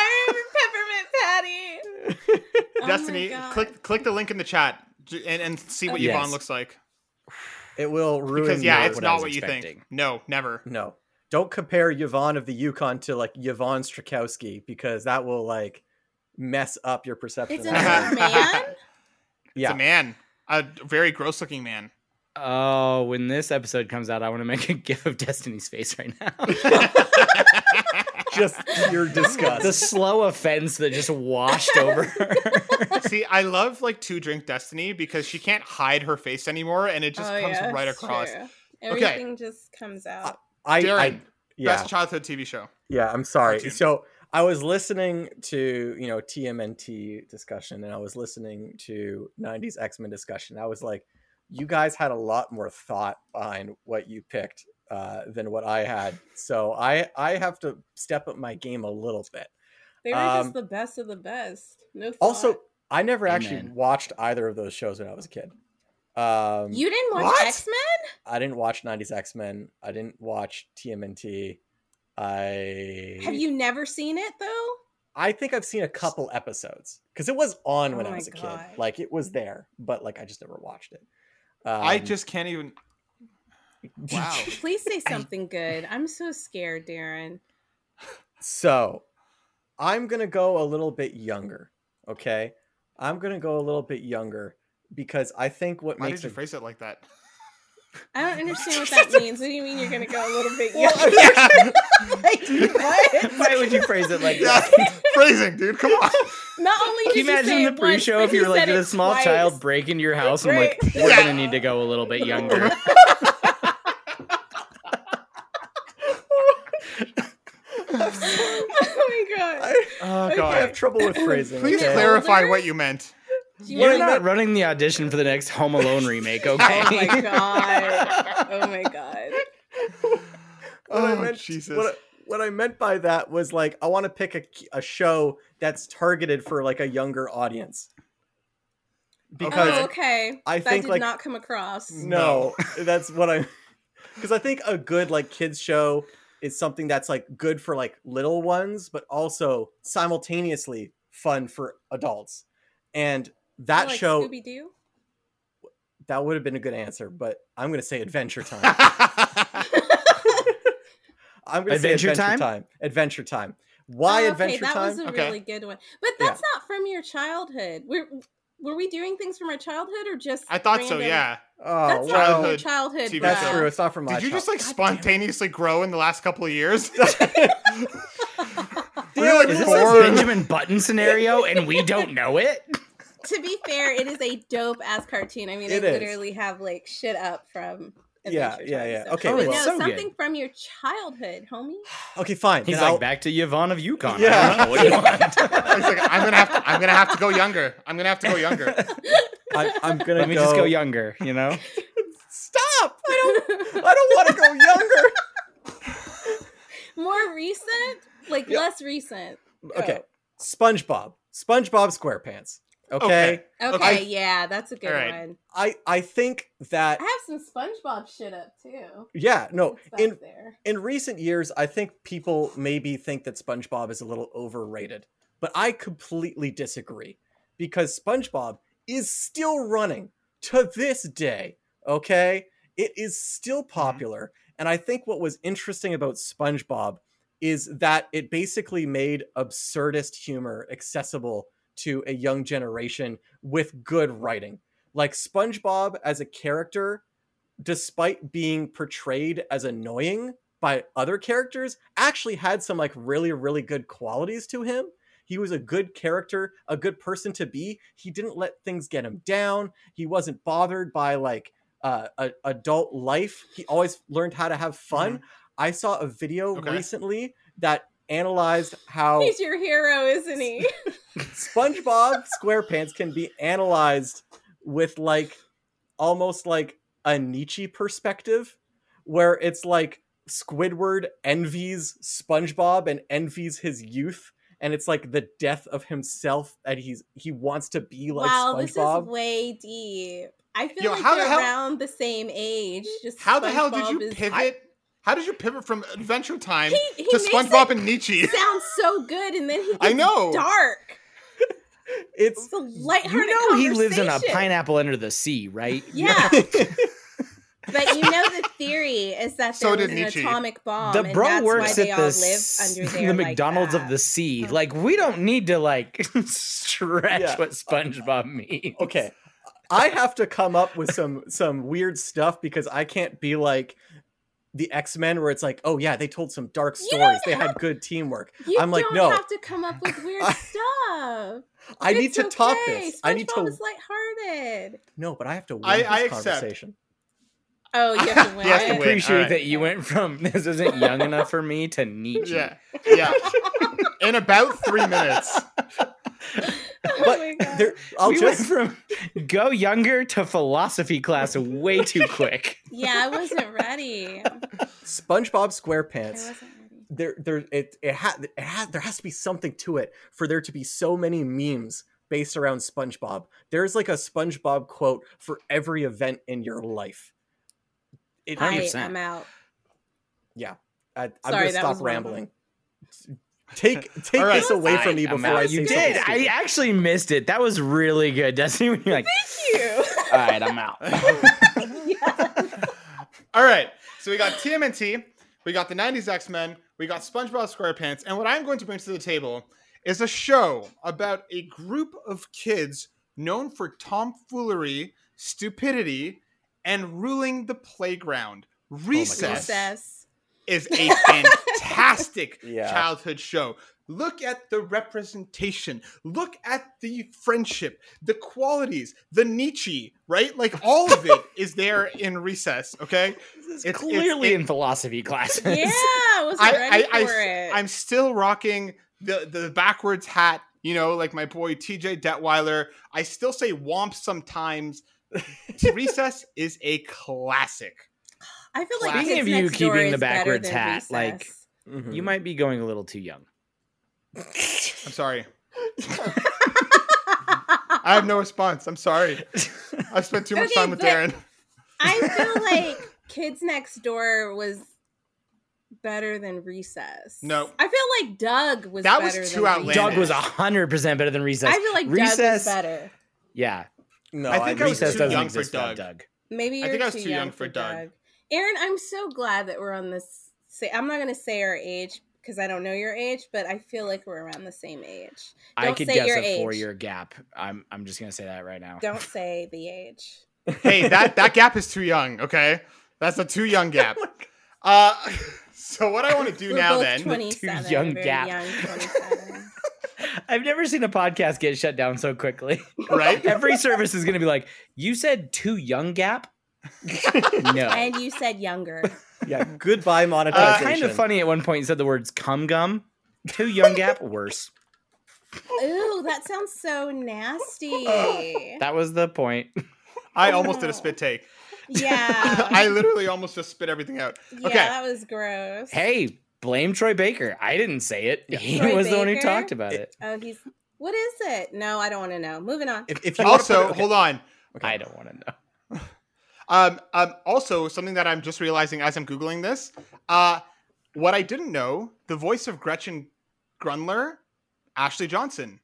S3: I remember Peppermint Patty. Oh my
S1: Destiny,
S3: God.
S1: click click the link in the chat j- and, and see what
S3: Okay.
S1: Yvonne
S2: Yes.
S1: looks like.
S4: It will ruin.
S1: Because yeah,
S4: my-
S1: it's
S2: what I
S1: not
S2: was
S1: what you think.
S2: expecting.
S1: No, never.
S4: No. Don't compare Yvonne of the Yukon to like Yvonne Strakowski because that will like mess up your perception.
S3: It's
S4: of her.
S3: another man.
S1: It's
S4: yeah.
S1: a man, a very gross looking man.
S2: Oh, when this episode comes out, I want to make a gif of Destiny's face right now.
S4: Just your
S2: the
S4: disgust.
S2: slow offense that just washed over her.
S1: See, I love like two drink Destiny because she can't hide her face anymore, and it just
S3: Oh,
S1: comes
S3: yeah,
S1: right
S3: it's
S1: across.
S3: true. Everything just comes out.
S4: I,
S1: Darren,
S4: I yeah
S1: best childhood TV show.
S4: yeah. I'm sorry.
S1: cartoon.
S4: So I was listening to you know TMNT discussion and I was listening to 90s X Men discussion. I was like, you guys had a lot more thought behind what you picked uh, than what I had. So I I have to step up my game a little bit.
S3: They were
S4: Um,
S3: just the best of the best. No. Thought.
S4: Also, I never actually
S2: Amen.
S4: watched either of those shows when I was a kid. Um,
S3: you didn't watch
S1: what?
S3: X Men.
S4: I didn't watch '90s X Men. I didn't watch TMNT. I
S3: Have you never seen it though?
S4: I think I've seen a couple episodes because it was on when
S3: Oh
S4: I
S3: my
S4: was a
S3: God. Mm-hmm.
S4: kid. Like it was there, but like I just never watched it. Um,
S1: I just can't even. Wow.
S3: Please say something good. I'm so scared, Darren.
S4: so I'm gonna go a little bit younger. Okay, I'm gonna go a little bit younger because I think what
S1: Why
S4: makes
S1: did you
S4: a-
S1: phrase it like that?
S3: I don't understand what that means. What do you mean you're gonna go a little bit younger?
S1: Yeah.
S2: Why would you phrase it like
S1: Yeah,
S2: that?
S1: phrasing, dude. Come on.
S3: Not only
S2: Can
S3: did
S2: you imagine
S3: say
S2: the
S3: it once,
S2: pre-show
S3: but
S2: if you
S3: you
S2: were like
S3: said
S2: did
S3: it
S2: a small
S3: twice.
S2: child break into your house and like
S3: Right.
S2: we're
S1: Yeah.
S2: gonna need to go a little bit younger.
S3: oh my god!
S4: I,
S1: Oh
S4: I have
S1: god.
S4: trouble with phrasing.
S1: Please
S4: okay?
S3: clear-
S1: clarify
S3: Older?
S1: what you meant.
S3: Do you
S2: We're
S3: remember-
S2: not running the audition for the next Home Alone remake, okay?
S3: Oh my god! Oh my god!
S4: what I
S1: Oh,
S4: meant,
S1: Jesus.
S4: What I, what I meant by that was like I want to pick a, k- a show that's targeted for like a younger audience. Because
S3: Oh, okay.
S4: I
S3: that
S4: think,
S3: did
S4: like-
S3: not come across.
S4: no, that's what I because I think a good like kids show is something that's like good for like little ones, but also simultaneously fun for adults. And that
S3: like
S4: show
S3: Scooby Doo.
S4: that would have been a good answer, but I'm gonna say Adventure Time.
S1: Why
S4: I'm gonna
S2: Adventure
S4: say Adventure
S2: Time?
S4: Time. Adventure Time. Why Adventure
S3: Oh, that
S4: Time?
S3: was a
S1: Okay.
S3: really good one. But
S4: Yeah.
S3: that's not from your childhood. Were were we doing things from our childhood or just?
S1: I thought so,
S3: random-
S1: yeah.
S4: oh,
S3: That's not
S4: well,
S3: from your
S1: Childhood
S3: childhood.
S1: TV
S4: That's
S1: Yeah.
S3: bruh.
S4: true. It's not from my.
S1: Did you just
S4: child-
S1: like spontaneously grow in the last couple of years?
S4: Damn
S1: Really,
S4: it,
S2: Is this
S4: Cora.
S2: a Benjamin Button scenario and we don't know it?
S3: To be fair, it is a dope ass cartoon. I mean,
S4: It
S3: I
S4: is.
S3: literally have like shit up from.
S4: Yeah,
S3: Adventure
S4: yeah,
S3: Time,
S4: yeah.
S3: so-
S4: Okay,
S3: but
S2: well-
S3: no,
S2: So good.
S3: something from your childhood, homie.
S4: Okay, fine.
S2: He's
S4: then
S2: like
S4: I'll-
S2: back to Yvonne of Yukon.
S4: Yeah.
S2: Yeah. What do you want?
S1: It's like, I'm gonna have to. I'm gonna have to go younger. I'm gonna have to go younger.
S4: I, I'm gonna
S2: Let me just go younger, you know?
S4: Stop! I don't. I don't want to go younger.
S3: More recent, like
S4: Yeah.
S3: less recent.
S4: Okay, SpongeBob. SpongeBob SquarePants. Okay.
S1: Okay.
S3: Okay,
S1: Okay.
S3: yeah, that's a good
S1: All right.
S3: one.
S4: I I think that
S3: I have some SpongeBob shit up too.
S4: yeah no
S3: It's back
S4: Oh, in
S3: there.
S4: in recent years I think people maybe think that SpongeBob is a little overrated, but I completely disagree because SpongeBob is still running to this day. Okay, it is still popular, and I think what was interesting about SpongeBob is that it basically made absurdist humor accessible to a young generation with good writing. Like SpongeBob as a character, despite being portrayed as annoying by other characters, actually had some like really, really good qualities to him. He was a good character, a good person to be. He didn't let things get him down. He wasn't bothered by like uh, a, adult life. He always learned how to have fun. I saw a video
S1: Okay.
S4: recently that analyzed how
S3: He's your hero, isn't he?
S4: SpongeBob SquarePants can be analyzed with like almost like a Nietzsche perspective, where it's like Squidward envies SpongeBob and envies his youth, and it's like the death of himself, and he's he wants to be like
S3: wow, this
S4: SpongeBob.
S3: is way deep. I feel
S1: Yo,
S3: like
S1: how the
S3: they're
S1: hell-
S3: around the same age. Just
S1: How the hell did
S3: SpongeBob
S1: you
S3: is-
S1: pivot? how did you pivot from Adventure
S3: I-
S1: Time
S3: he, he
S1: to
S3: makes
S1: SpongeBob
S3: it
S1: and Nietzsche?
S3: sound so good, and then he gets
S1: I know.
S3: dark.
S4: It's
S3: It's a lighthearted
S2: You know he lives in a
S3: conversation.
S2: pineapple under the sea, right?
S3: Yeah, but you know the theory is that
S1: So
S3: there was
S1: did
S3: an
S1: Nietzsche.
S3: atomic bomb.
S2: the
S3: Um, and
S2: bro
S3: that's
S2: works
S3: why
S2: at
S3: they
S2: the,
S3: all live
S2: s-
S3: under there
S2: the
S3: like
S2: McDonald's
S3: that.
S2: of the sea. Like we don't need to like stretch
S4: Yeah.
S2: what SpongeBob means.
S4: okay i have to come up with some some weird stuff because i can't be like the x-men where it's like oh yeah they told some dark
S3: You
S4: stories
S3: don't
S4: they had
S3: have-
S4: good teamwork
S3: You
S4: I'm like,
S3: don't
S4: no.
S3: have to come up with weird
S4: I-
S3: stuff.
S4: i need
S3: It's
S4: to top
S3: okay.
S4: this i need
S3: SpongeBob
S4: to
S3: Is lighthearted.
S4: no but i have to win
S1: I-
S4: this
S1: I accept.
S4: conversation
S3: Oh, you have to win.
S1: He has
S2: I
S1: to win.
S2: appreciate
S1: alright.
S2: that you went from this isn't young enough for me to Nietzsche.
S1: Yeah, yeah. In about three minutes.
S3: Oh
S4: but
S3: my God.
S4: there, i'll
S2: we
S4: just
S2: went from go younger to philosophy class way too quick.
S3: Yeah, I wasn't ready. I
S4: spongebob squarepants
S3: wasn't ready.
S4: there there it it, ha- it ha- there has to be something to it for there to be so many memes based around SpongeBob. There's like a SpongeBob quote for every event in your life. It,
S3: I
S2: 100%.
S3: am out.
S4: I, I'm
S3: Sorry,
S4: gonna
S3: that
S4: stop
S3: was one of
S4: rambling. Take take
S1: All right.
S4: this away from me
S2: I'm
S4: before
S2: out.
S4: I
S2: you
S4: say something
S2: did. I
S4: stupid.
S2: actually missed it. That was really good, Destiny. When you're like,
S3: Thank
S2: all right, I'm out.
S3: you. yeah.
S1: All right. So we got TMNT, we got the 90s X Men, we got SpongeBob SquarePants, and what I'm going to bring to the table is a show about a group of kids known for tomfoolery, stupidity, and ruling the playground. Recess
S3: Recess.
S1: is a fantastic
S4: Yeah.
S1: childhood show. Look at the representation. Look at the friendship, the qualities, the Nietzsche, right? Like all of it is there in recess, okay?
S2: It's,
S1: it's-
S2: clearly
S1: it-
S2: in philosophy classes.
S3: Yeah, I wasn't
S1: I-
S3: ready
S1: I- I
S3: for
S1: s-
S3: it.
S1: I'm still rocking the the backwards hat, you know, like my boy TJ Detweiler. I still say womp sometimes. Recess is a classic.
S3: I feel like
S1: Speaking
S3: Kids
S2: of you
S3: Next Door
S2: keeping the
S3: is better
S2: backwards
S3: than
S2: hat, like-
S3: Recess.
S4: Mhm.
S2: You might be going a little too young.
S1: I'm sorry. I have no response. I'm sorry. I've spent too much
S3: Okay,
S1: time with
S3: but-
S1: Darren.
S3: I feel like Kids Next Door was better than Recess.
S1: No.
S3: I feel like Doug was.
S1: That was
S3: better
S1: too
S3: than
S1: outlandish.
S2: Doug was
S3: Recess.
S2: hundred percent better than recess.
S3: I feel like Doug was
S2: Recess-
S3: better.
S2: yeah,
S4: No,
S1: I think I was
S2: recess
S1: too
S2: doesn't
S1: young for
S2: exist without
S1: Doug.
S2: Doug.
S3: Maybe
S1: I
S3: you're
S1: think I was
S3: too,
S1: too
S3: young,
S1: young
S3: for
S1: for Doug.
S3: Doug. Aaron, I'm so glad that we're on this. Say, I'm not gonna say our age because I don't know your age, but I feel like we're around the same age.
S2: I
S3: Don't
S2: could
S3: say
S2: guess
S3: your
S2: a
S3: age.
S2: four-year gap. I'm I'm just gonna say that right now.
S3: Don't say the age.
S1: hey, that that gap is too young. Okay, that's a too young gap. Uh, so what I want to do
S3: Oh We're
S1: now
S3: both
S1: then?
S3: 27,
S2: young
S3: very
S2: gap.
S3: young 27.
S2: I've never seen a podcast get shut down so quickly.
S1: Right?
S2: Every service is gonna be like, you said too young gap. no.
S3: and you said younger.
S4: yeah, goodbye
S2: Uh,
S4: monetization.
S2: kind of funny at one point you said the words cum gum. Too young gap, worse.
S3: Ooh, that sounds so nasty.
S2: That was the point.
S1: I almost did a spit take.
S3: Yeah.
S1: I literally almost just spit everything out.
S3: Yeah,
S1: okay.
S3: that was gross.
S2: Hey, blame Troy Baker. I didn't say it. He
S3: Troy
S2: was the one who
S3: Baker?
S2: talked about it.
S3: Oh, he's. What is it? No, I don't want to know. Moving on.
S4: If, if you wanna put
S1: Also,
S4: it- okay,
S1: hold on.
S4: okay.
S2: I don't want to know.
S1: Um, um, also, something that I'm just realizing as I'm googling this, uh, what I didn't know, the voice of Gretchen Grunler, Ashley Johnson,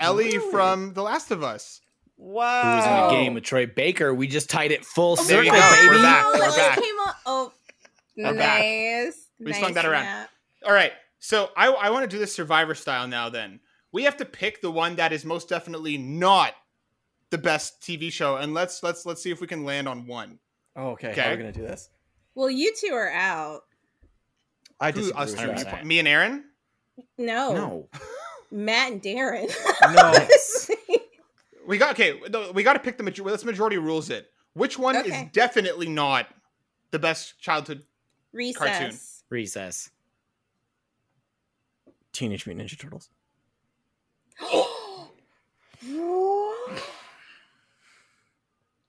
S1: Ellie
S4: Really?
S1: from The Last of Us.
S2: Who was in
S4: Wow.
S2: a game with Troy Baker? We just tied it full
S3: Oh,
S1: Oh. There
S2: circle,
S1: you
S3: wow,
S1: go. We're
S2: baby.
S1: back. We're
S3: that
S1: back.
S3: Came up. Oh,
S1: We're back.
S3: nice.
S1: We
S3: nice
S1: swung that around.
S3: snap.
S1: All right. So I, I want to do this survivor style now then. We have to pick the one that is most definitely not the best TV show and let's let's let's see if we can land on one.
S4: Oh, okay, how are
S1: Okay.
S4: we gonna do this?
S3: Well, you two are out.
S4: I
S1: Who-
S4: disagree
S1: us
S4: with
S1: two,
S4: that.
S1: you- me and Aaron?
S3: No.
S2: No.
S3: Matt and Darren.
S4: No.
S3: Honestly.
S1: We got okay. no, We got to pick the majority. Let's majority rules it. Which one
S3: Okay.
S1: is definitely not the best childhood?
S3: Recess.
S2: Recess.
S4: Teenage Mutant Ninja Turtles.
S3: What?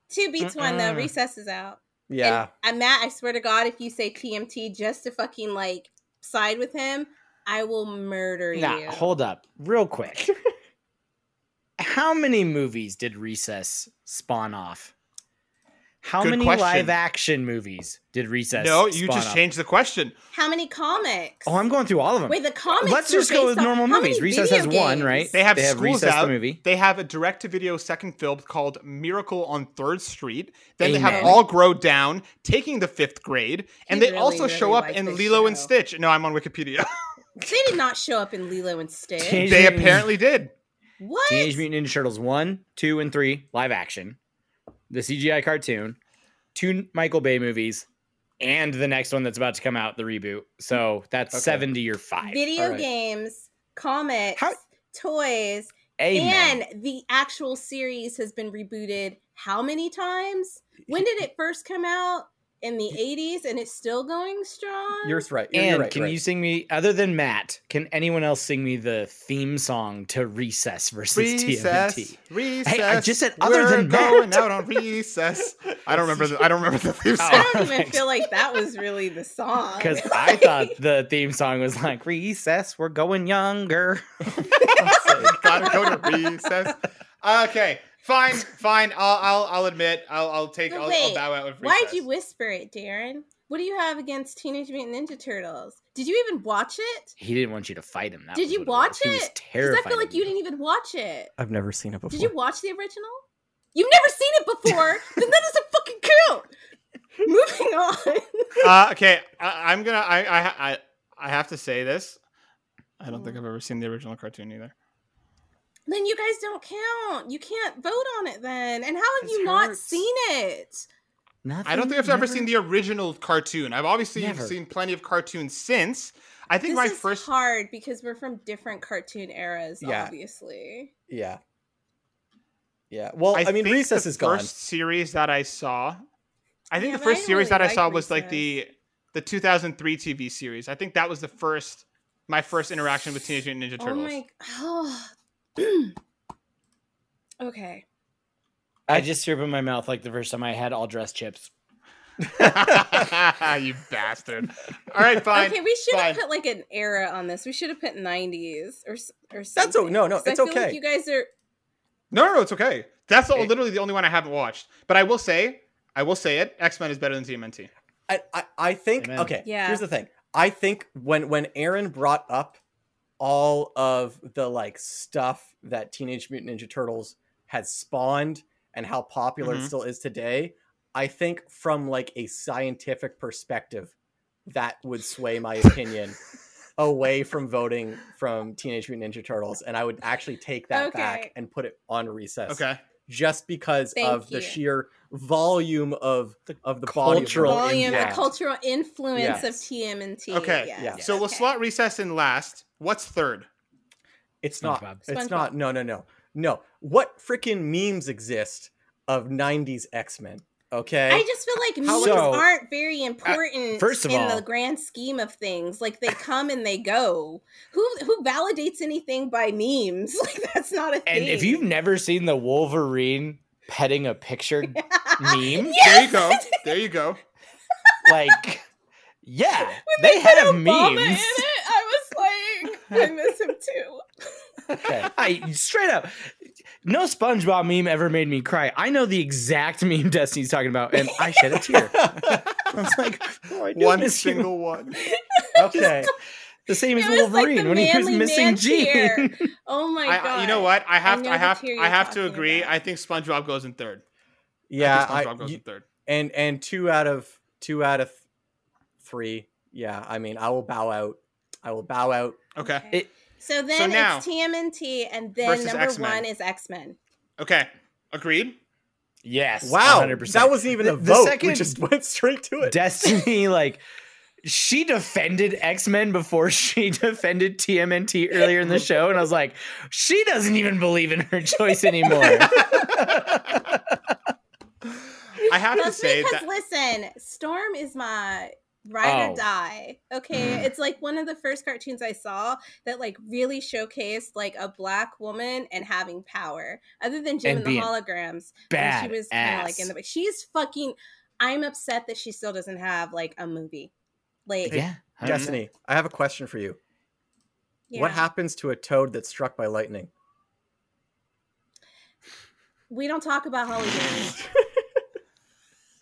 S3: Two beats one though.
S4: Mm-mm.
S3: Recess is out.
S4: Yeah.
S3: And, and Matt, I swear to God, if you say TMT just to fucking like side with him, I will murder you.
S2: Nah, hold up, real quick. How many movies did Recess spawn off? How
S1: Good
S2: many
S1: question.
S2: live action movies did Recess?
S1: no, you
S2: spawn
S1: just
S2: off?
S1: changed the question.
S3: How many comics?
S2: Oh, I'm going through all of them.
S3: Wait, the comics.
S2: Let's
S3: were
S2: just go
S3: based
S2: with
S3: on-
S2: normal
S3: how
S2: movies.
S3: many
S2: Recess
S3: video
S2: has one,
S3: games?
S2: right?
S1: They have Schools
S2: Recess
S1: Out.
S2: the movie.
S1: They have a direct-to-video second film called Miracle on Third Street. Then they have
S2: Amen.
S1: All Grow Down, Taking the Fifth Grade, and
S3: He
S1: they
S3: really,
S1: also
S3: really
S1: show up
S3: liked
S1: in
S3: this
S1: Lilo and
S3: show.
S1: Stitch. No, I'm on Wikipedia.
S3: They did not show up in Lilo and Stitch.
S2: Teenage
S1: they
S2: Mutant Ninja-
S1: apparently did.
S3: What?
S2: Teenage Mutant Ninja Turtles one, two, and three live action, the CGI cartoon, two Michael Bay movies, and the next one that's about to come out, the reboot. So that's
S4: Okay.
S2: seven to your five.
S3: Video
S4: Alright.
S3: games, comics,
S2: How-
S3: toys,
S2: Amen.
S3: and the actual series has been rebooted how many times? When did it first come out? In the 80s, and it's still going strong?
S4: You're right. You're,
S2: And
S4: you're right.
S2: can
S4: right.
S2: you sing me other than Matt? Can anyone else sing me the theme song to Recess versus
S1: Recess,
S2: TMNT?
S1: recess.
S2: Hey, I just said other than
S1: we're going
S2: that.
S1: out on recess. I don't remember. The, I don't remember the theme
S2: Oh.
S1: song.
S3: I don't even
S2: Alright.
S3: feel like that was really the song.
S2: Because I thought the theme song was like Recess, we're going younger.
S1: Gotta go to recess. Okay, fine, fine. I'll, I'll, I'll admit. I'll, I'll take.
S3: But
S1: I'll, I'll
S3: wait,
S1: bow out with recess.
S3: Why'd you whisper it, Darren? What do you have against Teenage Mutant Ninja Turtles? Did you even watch it?
S2: He didn't want you to fight him. That
S3: Did
S2: was
S3: you
S2: what
S3: watch
S2: was. He was
S3: it? Because
S2: terrified.
S3: I feel like
S2: of
S3: you didn't even watch it.
S4: I've never seen it before.
S3: Did you watch the original? You've never seen it before. then that is a fucking coup. Moving on.
S1: uh, okay, I, I'm gonna. I, I, I, I have to say this. I don't
S3: Mm.
S1: think I've ever seen the original cartoon either.
S3: then you guys don't count. You can't vote on it then. And how have
S2: This
S3: you not
S2: hurts.
S3: seen it?
S2: Nothing,
S1: I don't think I've ever seen the original cartoon. I've obviously
S2: Never.
S1: seen plenty of cartoons since. I think
S3: this
S1: my
S3: is
S1: first.
S3: hard because we're from different cartoon eras,
S4: Yeah.
S3: obviously.
S4: Yeah. Yeah. Well, I, mean,
S1: think
S4: recess
S1: the
S4: is gone.
S1: first series that I saw. I think
S3: Yeah,
S1: the
S3: but I
S1: first
S3: didn't
S1: series
S3: really
S1: that I
S3: like
S1: saw was like
S3: Recess.
S1: the the 2003 TV series. I think that was the first my first interaction with Teenage Mutant Ninja
S3: Oh
S1: Turtles.
S3: my oh. Okay.
S2: I just threw up in my mouth like the first time I had all dress chips.
S1: you bastard! All right, fine.
S3: okay, we should
S1: fine.
S3: have put like an era on this. We should have put 90s or s- or something.
S4: That's o- no, no,
S3: 'Cause I
S4: it's
S3: feel
S4: okay.
S3: Like you guys are
S1: No, no, no, it's okay. That's the,
S2: It-
S1: literally the only one I haven't watched. But I will say, I will say it. X Men is better than TMNT.
S4: I, I, I think
S2: Amen.
S4: okay.
S3: Yeah.
S4: Here's the thing. I think when when Aaron brought up all of the like stuff that Teenage Mutant Ninja Turtles had spawned and how popular
S1: Mhm.
S4: it still is today, I think from like a scientific perspective, that would sway my opinion away from voting from Teenage Mutant Ninja Turtles, and I would actually take that
S3: Okay.
S4: back and put it on recess.
S1: Okay,
S4: Just because
S3: Thank
S4: of
S3: you.
S4: the sheer volume of
S2: The
S4: of the
S2: cultural
S4: cultural
S3: volume, the
S4: impact.
S3: cultural influence of
S4: Yes.
S3: TMNT.
S1: Okay,
S3: yes.
S4: yeah.
S1: so we'll
S3: Okay.
S1: slot Recess in last. What's third?
S4: It's not.
S2: SpongeBob.
S4: It's
S3: SpongeBob.
S4: not. No, no, no, no. What freaking memes exist of '90s X Men? Okay,
S3: I just feel like
S4: How-
S3: memes
S2: So-
S3: aren't very important
S2: uh, first of
S3: in
S2: all-
S3: the grand scheme of things. Like they come and they go. Who who validates anything by memes? Like that's not a thing.
S2: And if you've never seen the Wolverine petting a picture meme,
S1: There you go. There you go.
S2: like, yeah, they, have
S3: Obama in
S2: memes.
S3: it, I was like, I miss him too.
S4: okay.
S2: I straight up, no SpongeBob meme ever made me cry. I know the exact meme Destiny's talking about, and I shed a tear. I was like, oh, I do
S1: One
S2: miss you.
S1: single one.
S4: okay.
S2: The same as
S3: It was like the
S2: Wolverine when he was
S3: manly man
S2: missing
S3: tear.
S2: Gene.
S3: Oh my
S1: I-
S3: god!
S1: I- you know what? I have
S3: know
S1: to. I
S3: the
S1: have. I
S3: tier you're
S1: have to
S3: talking
S1: agree.
S3: about.
S1: I think SpongeBob goes in third.
S4: Yeah,
S1: I think
S4: I,
S1: SpongeBob goes
S4: you-
S1: in third.
S4: and and two out of two out of three. Yeah, I mean, I will bow out. I will bow out.
S1: Okay.
S2: It-
S3: so then
S1: So now-
S3: it's TMNT, and then
S1: Versus
S3: number
S1: X-Men.
S3: one is X Men.
S1: Okay. Agreed.
S2: Yes,
S4: Wow,
S2: 100%.
S4: that wasn't even a
S2: The- the
S4: vote. we
S2: second-
S4: just went straight to it.
S2: Destiny like she defended X Men before she defended TMNT earlier in the show, and I was like, she doesn't even believe in her choice anymore.
S1: I have to
S3: That's
S1: say
S3: because
S1: that
S3: listen, Storm is my ride
S2: Oh. Mm-hmm.
S3: or die. Okay, it's like one of the first cartoons I saw that like really showcased like a black woman and having power. Other than Jim
S2: And
S3: and,
S2: being
S3: the holograms, when
S2: Bad
S3: she was kind
S2: ass.
S3: of like in the. but She's fucking. I'm upset that she still doesn't have like a movie. Like
S2: yeah. I don't know.
S4: Destiny, I have a question for you.
S3: yeah.
S4: What happens to a toad that's struck by lightning?
S3: We don't talk about Hollywood.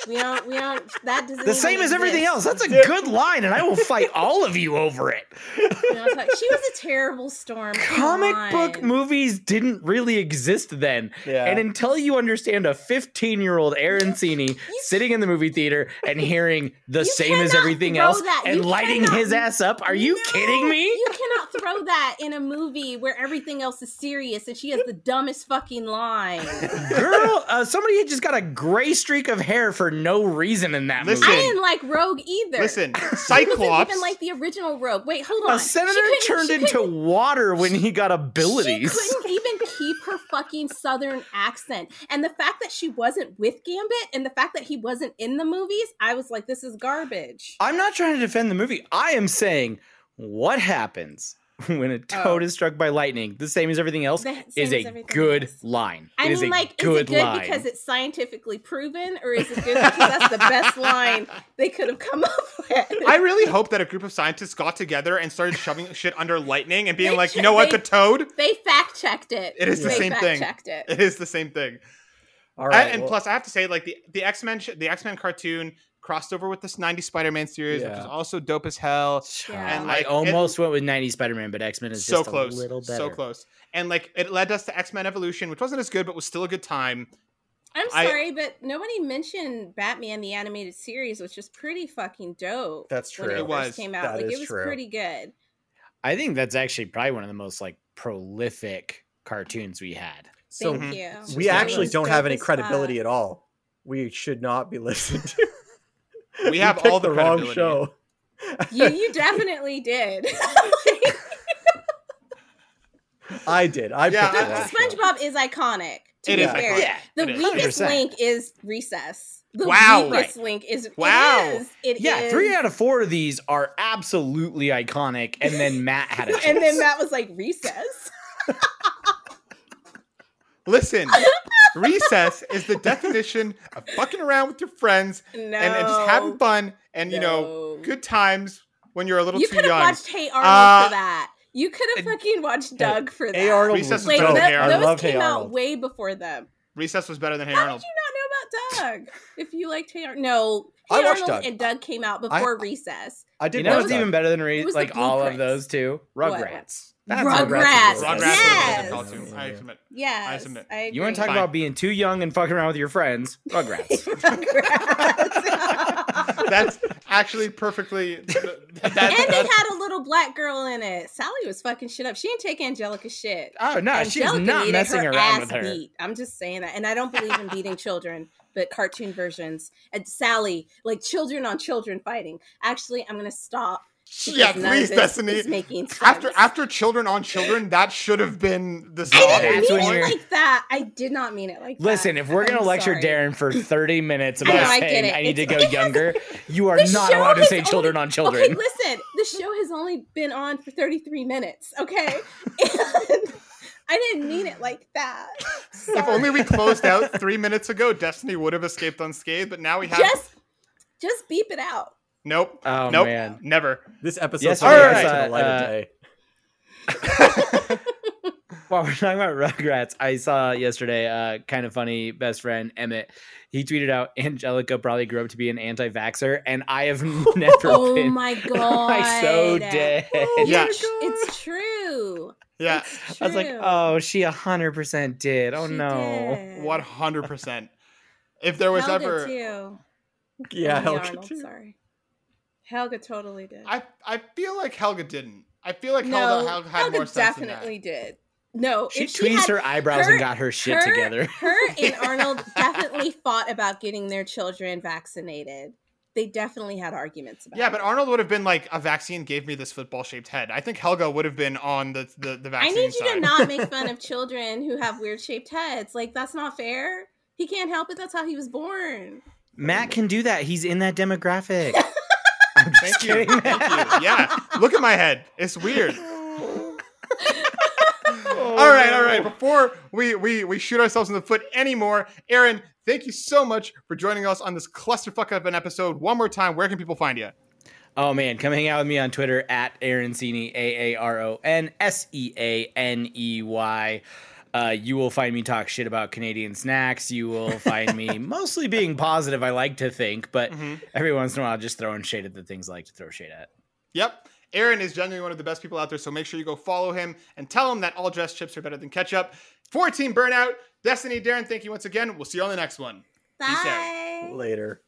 S3: we don't. We don't. That doesn't.
S2: The
S3: even
S2: same as everything
S3: exist.
S2: else. That's a
S4: Yeah.
S2: good line, and I will fight all of you over it.
S3: We don't talk- She was a terrible storm. Come
S2: Comic book
S3: on.
S2: movies didn't really exist then.
S4: Yeah.
S2: And until you understand a 15 year old Aaron Cini sitting in the movie theater and hearing the
S3: You
S2: same as
S3: cannot
S2: everything
S3: throw
S2: else
S3: that.
S2: and
S3: You
S2: lighting
S3: cannot-
S2: his ass up, are you
S3: No,
S2: kidding me?
S3: You cannot throw that in a movie where everything else is serious and she has the dumbest fucking line.
S2: Girl, uh, somebody had just got a gray streak of hair for no reason in that
S3: I
S1: Listen,
S2: movie.
S3: didn't like Rogue either.
S1: listen,
S3: She wasn't
S1: Cyclops.
S3: even like the original Rogue. Wait, hold on.
S2: A senator
S3: She couldn't-
S2: turned
S3: she
S2: into
S3: couldn't-
S2: water when he got
S3: She
S2: abilities.
S3: couldn't even keep her fucking southern accent. And the fact that she wasn't with Gambit and the fact that he wasn't in the movies, I was like, this is garbage.
S2: I'm not trying to defend the movie. I am saying what happens when a toad is struck by lightning, the same as everything else,
S3: The same
S2: is
S3: as
S2: a
S3: everything
S2: good
S3: else.
S2: line.
S3: I
S2: It is
S3: mean,
S2: a
S3: like,
S2: good
S3: is it good
S2: line.
S3: because it's scientifically proven, or is it good because that's the best line they could have come up with?
S1: I really hope that a group of scientists got together and started shoving shit under lightning and being
S3: They
S1: like,
S3: should-
S1: you know what,
S3: they-
S1: the toad?
S3: They fact checked it.
S1: It is the
S3: they
S1: same thing.
S3: fact-checked
S1: It
S3: it.
S1: is the same thing.
S4: All right.
S1: and
S4: well,
S1: plus, I have to say, like the the X Men, sh- the X Men cartoon crossed over with this '90s Spider-Man series, which
S4: Yeah.
S1: is also dope as hell.
S3: Yeah.
S1: And
S2: I
S1: like, it-
S2: almost went with 90 Spider-Man, but X-Men is
S1: so
S2: just
S1: close,
S2: a little better.
S1: so close. And like, it led us to X Men Evolution, which wasn't as good, but was still a good time.
S3: I'm
S1: I-
S3: sorry, but nobody mentioned Batman the animated series, which was pretty fucking dope.
S4: That's
S3: When it,
S1: It
S4: true.
S1: was.
S3: first came out,
S4: That
S3: like
S4: is
S3: it was
S4: true.
S3: pretty good.
S2: I think that's actually probably one of the most like prolific cartoons we had.
S4: So
S3: Thank
S1: Mhm.
S3: you.
S4: we
S3: It
S4: actually
S3: was
S4: don't
S3: dope
S4: have any
S3: as fuck.
S4: credibility at all. We should not be listened to.
S1: We have all
S4: picked
S1: the
S4: wrong
S1: credibility.
S4: show.
S3: You, you definitely did.
S4: I did. I
S1: Yeah,
S4: picked the
S1: I-
S4: wrong
S1: I-
S4: show.
S3: SpongeBob is iconic. To
S1: It
S3: be
S1: is
S4: Yeah.
S3: fair,
S1: iconic.
S3: the
S1: It is.
S3: weakest
S2: 100%.
S3: link is Recess. The
S1: Wow.
S3: weakest link is
S1: Wow.
S3: It is. It
S2: Yeah,
S3: is.
S2: three out of four of these are absolutely iconic. And then Matt had a
S3: and then
S2: choice.
S3: Matt was like Recess.
S1: Listen, recess is the definition of fucking around with your friends
S3: No,
S1: and, and just having fun and you know
S3: No.
S1: good times when you're a little
S3: You
S1: too
S3: could have
S1: young.
S3: watched Hey Arnold
S1: Uh,
S3: for that. You could have
S1: and-
S3: fucking watched Doug for that.
S4: Hey Arnold
S1: Recess
S4: was
S1: was
S3: Like
S1: better than
S4: dope.
S1: Hey
S3: tho-
S1: Arnold.
S3: those
S4: I love
S3: came
S4: Hey
S3: out
S4: Arnold.
S3: way before them.
S1: recess was better than Hey
S3: How
S1: Arnold.
S3: did you not know about Doug? If you liked Hey Arnold, no,
S4: I
S3: Hey
S4: watched
S3: Arnold
S4: Doug.
S3: and Doug came out
S4: I-
S3: before Recess.
S4: I did
S2: you know
S4: not
S2: what's even better than re-
S3: It was the
S2: like all of
S3: Blueprints.
S2: those too?
S3: What?
S2: Rugrats.
S4: Rugrats.
S1: Rugrats
S3: Rugrats.
S1: was
S3: Yes.
S1: a good call too, I admit.
S3: Yes, I,
S1: submit.
S3: agree.
S2: You want to talk
S1: Fine.
S2: about being too young and fucking around with your friends? Oh, Rugrats.
S3: Rugrats.
S1: That's actually perfectly. That,
S3: and they
S1: that's-
S3: had a little black girl in it. Sally was fucking shit up. She didn't take Angelica's shit.
S2: oh no, she's
S3: Angelica
S2: not
S3: needed
S2: messing
S3: her
S2: around
S3: ass
S2: with her.
S3: Beat. I'm just saying that, and I don't believe in beating children, but cartoon versions. And Sally, like children on children fighting. Actually, I'm gonna stop. because
S1: yeah,
S3: none of
S1: please,
S3: this
S1: Destiny.
S3: is making sense.
S1: After after children on children, that should have been the song.
S3: I didn't
S2: That's
S3: mean
S2: when
S3: it
S2: you're-
S3: like that. I did not mean it like that.
S2: Listen, if we're gonna
S3: I'm
S2: lecture
S3: sorry.
S2: Darren for 30 minutes
S3: I know,
S2: about
S3: I get
S2: saying
S3: it.
S2: I need to
S3: It's-
S2: go
S3: it has-
S2: younger, you are
S3: The
S2: not
S3: show
S2: allowed to
S3: has
S2: say children
S3: only-
S2: on children.
S3: Okay, listen, the show has only been on for 33 minutes, okay? And I didn't mean it like that.
S1: If
S3: Sorry.
S1: only we closed out three minutes ago, Destiny would have escaped unscathed. But now we have
S3: just just beep it out.
S1: nope,
S2: Oh
S1: nope,
S2: man.
S1: never.
S4: This episode
S2: Yes,
S4: probably
S1: alright.
S4: got to the light
S2: Uh,
S4: of day.
S2: While we're talking about Rugrats, I saw yesterday uh kind of funny best friend Emmett. He tweeted out Angelica probably grew up to be an anti vaxxer, and I have never
S3: Oh
S2: been
S3: my god. Oh,
S2: I so dead.
S1: Yeah.
S3: It's, it's true.
S1: Yeah,
S3: It's
S2: I was like,
S3: true.
S2: oh, she hundred percent did. Oh
S3: She
S2: no.
S3: did.
S1: one hundred percent. If there was
S3: Helga
S1: ever,
S3: too.
S4: Yeah,
S3: Helga
S4: Helga
S3: Arnold,
S4: too.
S3: sorry. Helga totally did.
S1: I I feel like Helga didn't. I feel like
S3: no,
S1: Helga, Helga had more sense than that.
S3: definitely did. No,
S2: She
S3: if she
S2: tweezed
S3: had
S2: her eyebrows
S3: her-
S2: and got her shit
S3: her,
S2: together.
S3: her and Arnold definitely fought about getting their children vaccinated. they definitely had arguments about.
S1: Yeah,
S3: it.
S1: but Arnold would have been like, a vaccine gave me this football shaped head. I think Helga would have been on the the, the
S3: I
S1: vaccine
S3: need
S1: side.
S3: you to not make fun of children who have weird shaped heads. Like that's not fair. He can't help it. That's how he was born.
S2: Matt can do that. He's in that demographic. I'm just
S1: Thank you.
S2: kidding.
S1: Thank you. Yeah. Look at my head. It's weird.
S2: Oh,
S1: all right, all
S2: no.
S1: right. Before we, we we shoot ourselves in the foot anymore, Aaron, thank you so much for joining us on this clusterfuck of an episode. One more time, where can people find you?
S2: Oh man, come hang out with me on Twitter at Aaron Cini, A A R O N S E A N E Y. Uh, you will find me talk shit about Canadian snacks. You will find me mostly being positive. I like to think, but every once in a while, just throwing shade at the things I like to throw shade at.
S1: Yep. Aaron is genuinely one of the best people out there, so make sure you go follow him and tell him that all dress chips are better than ketchup. For Team Burnout, Destiny, Darren, thank you once again. We'll see you on the next one. Peace out.
S3: Bye.
S4: Later.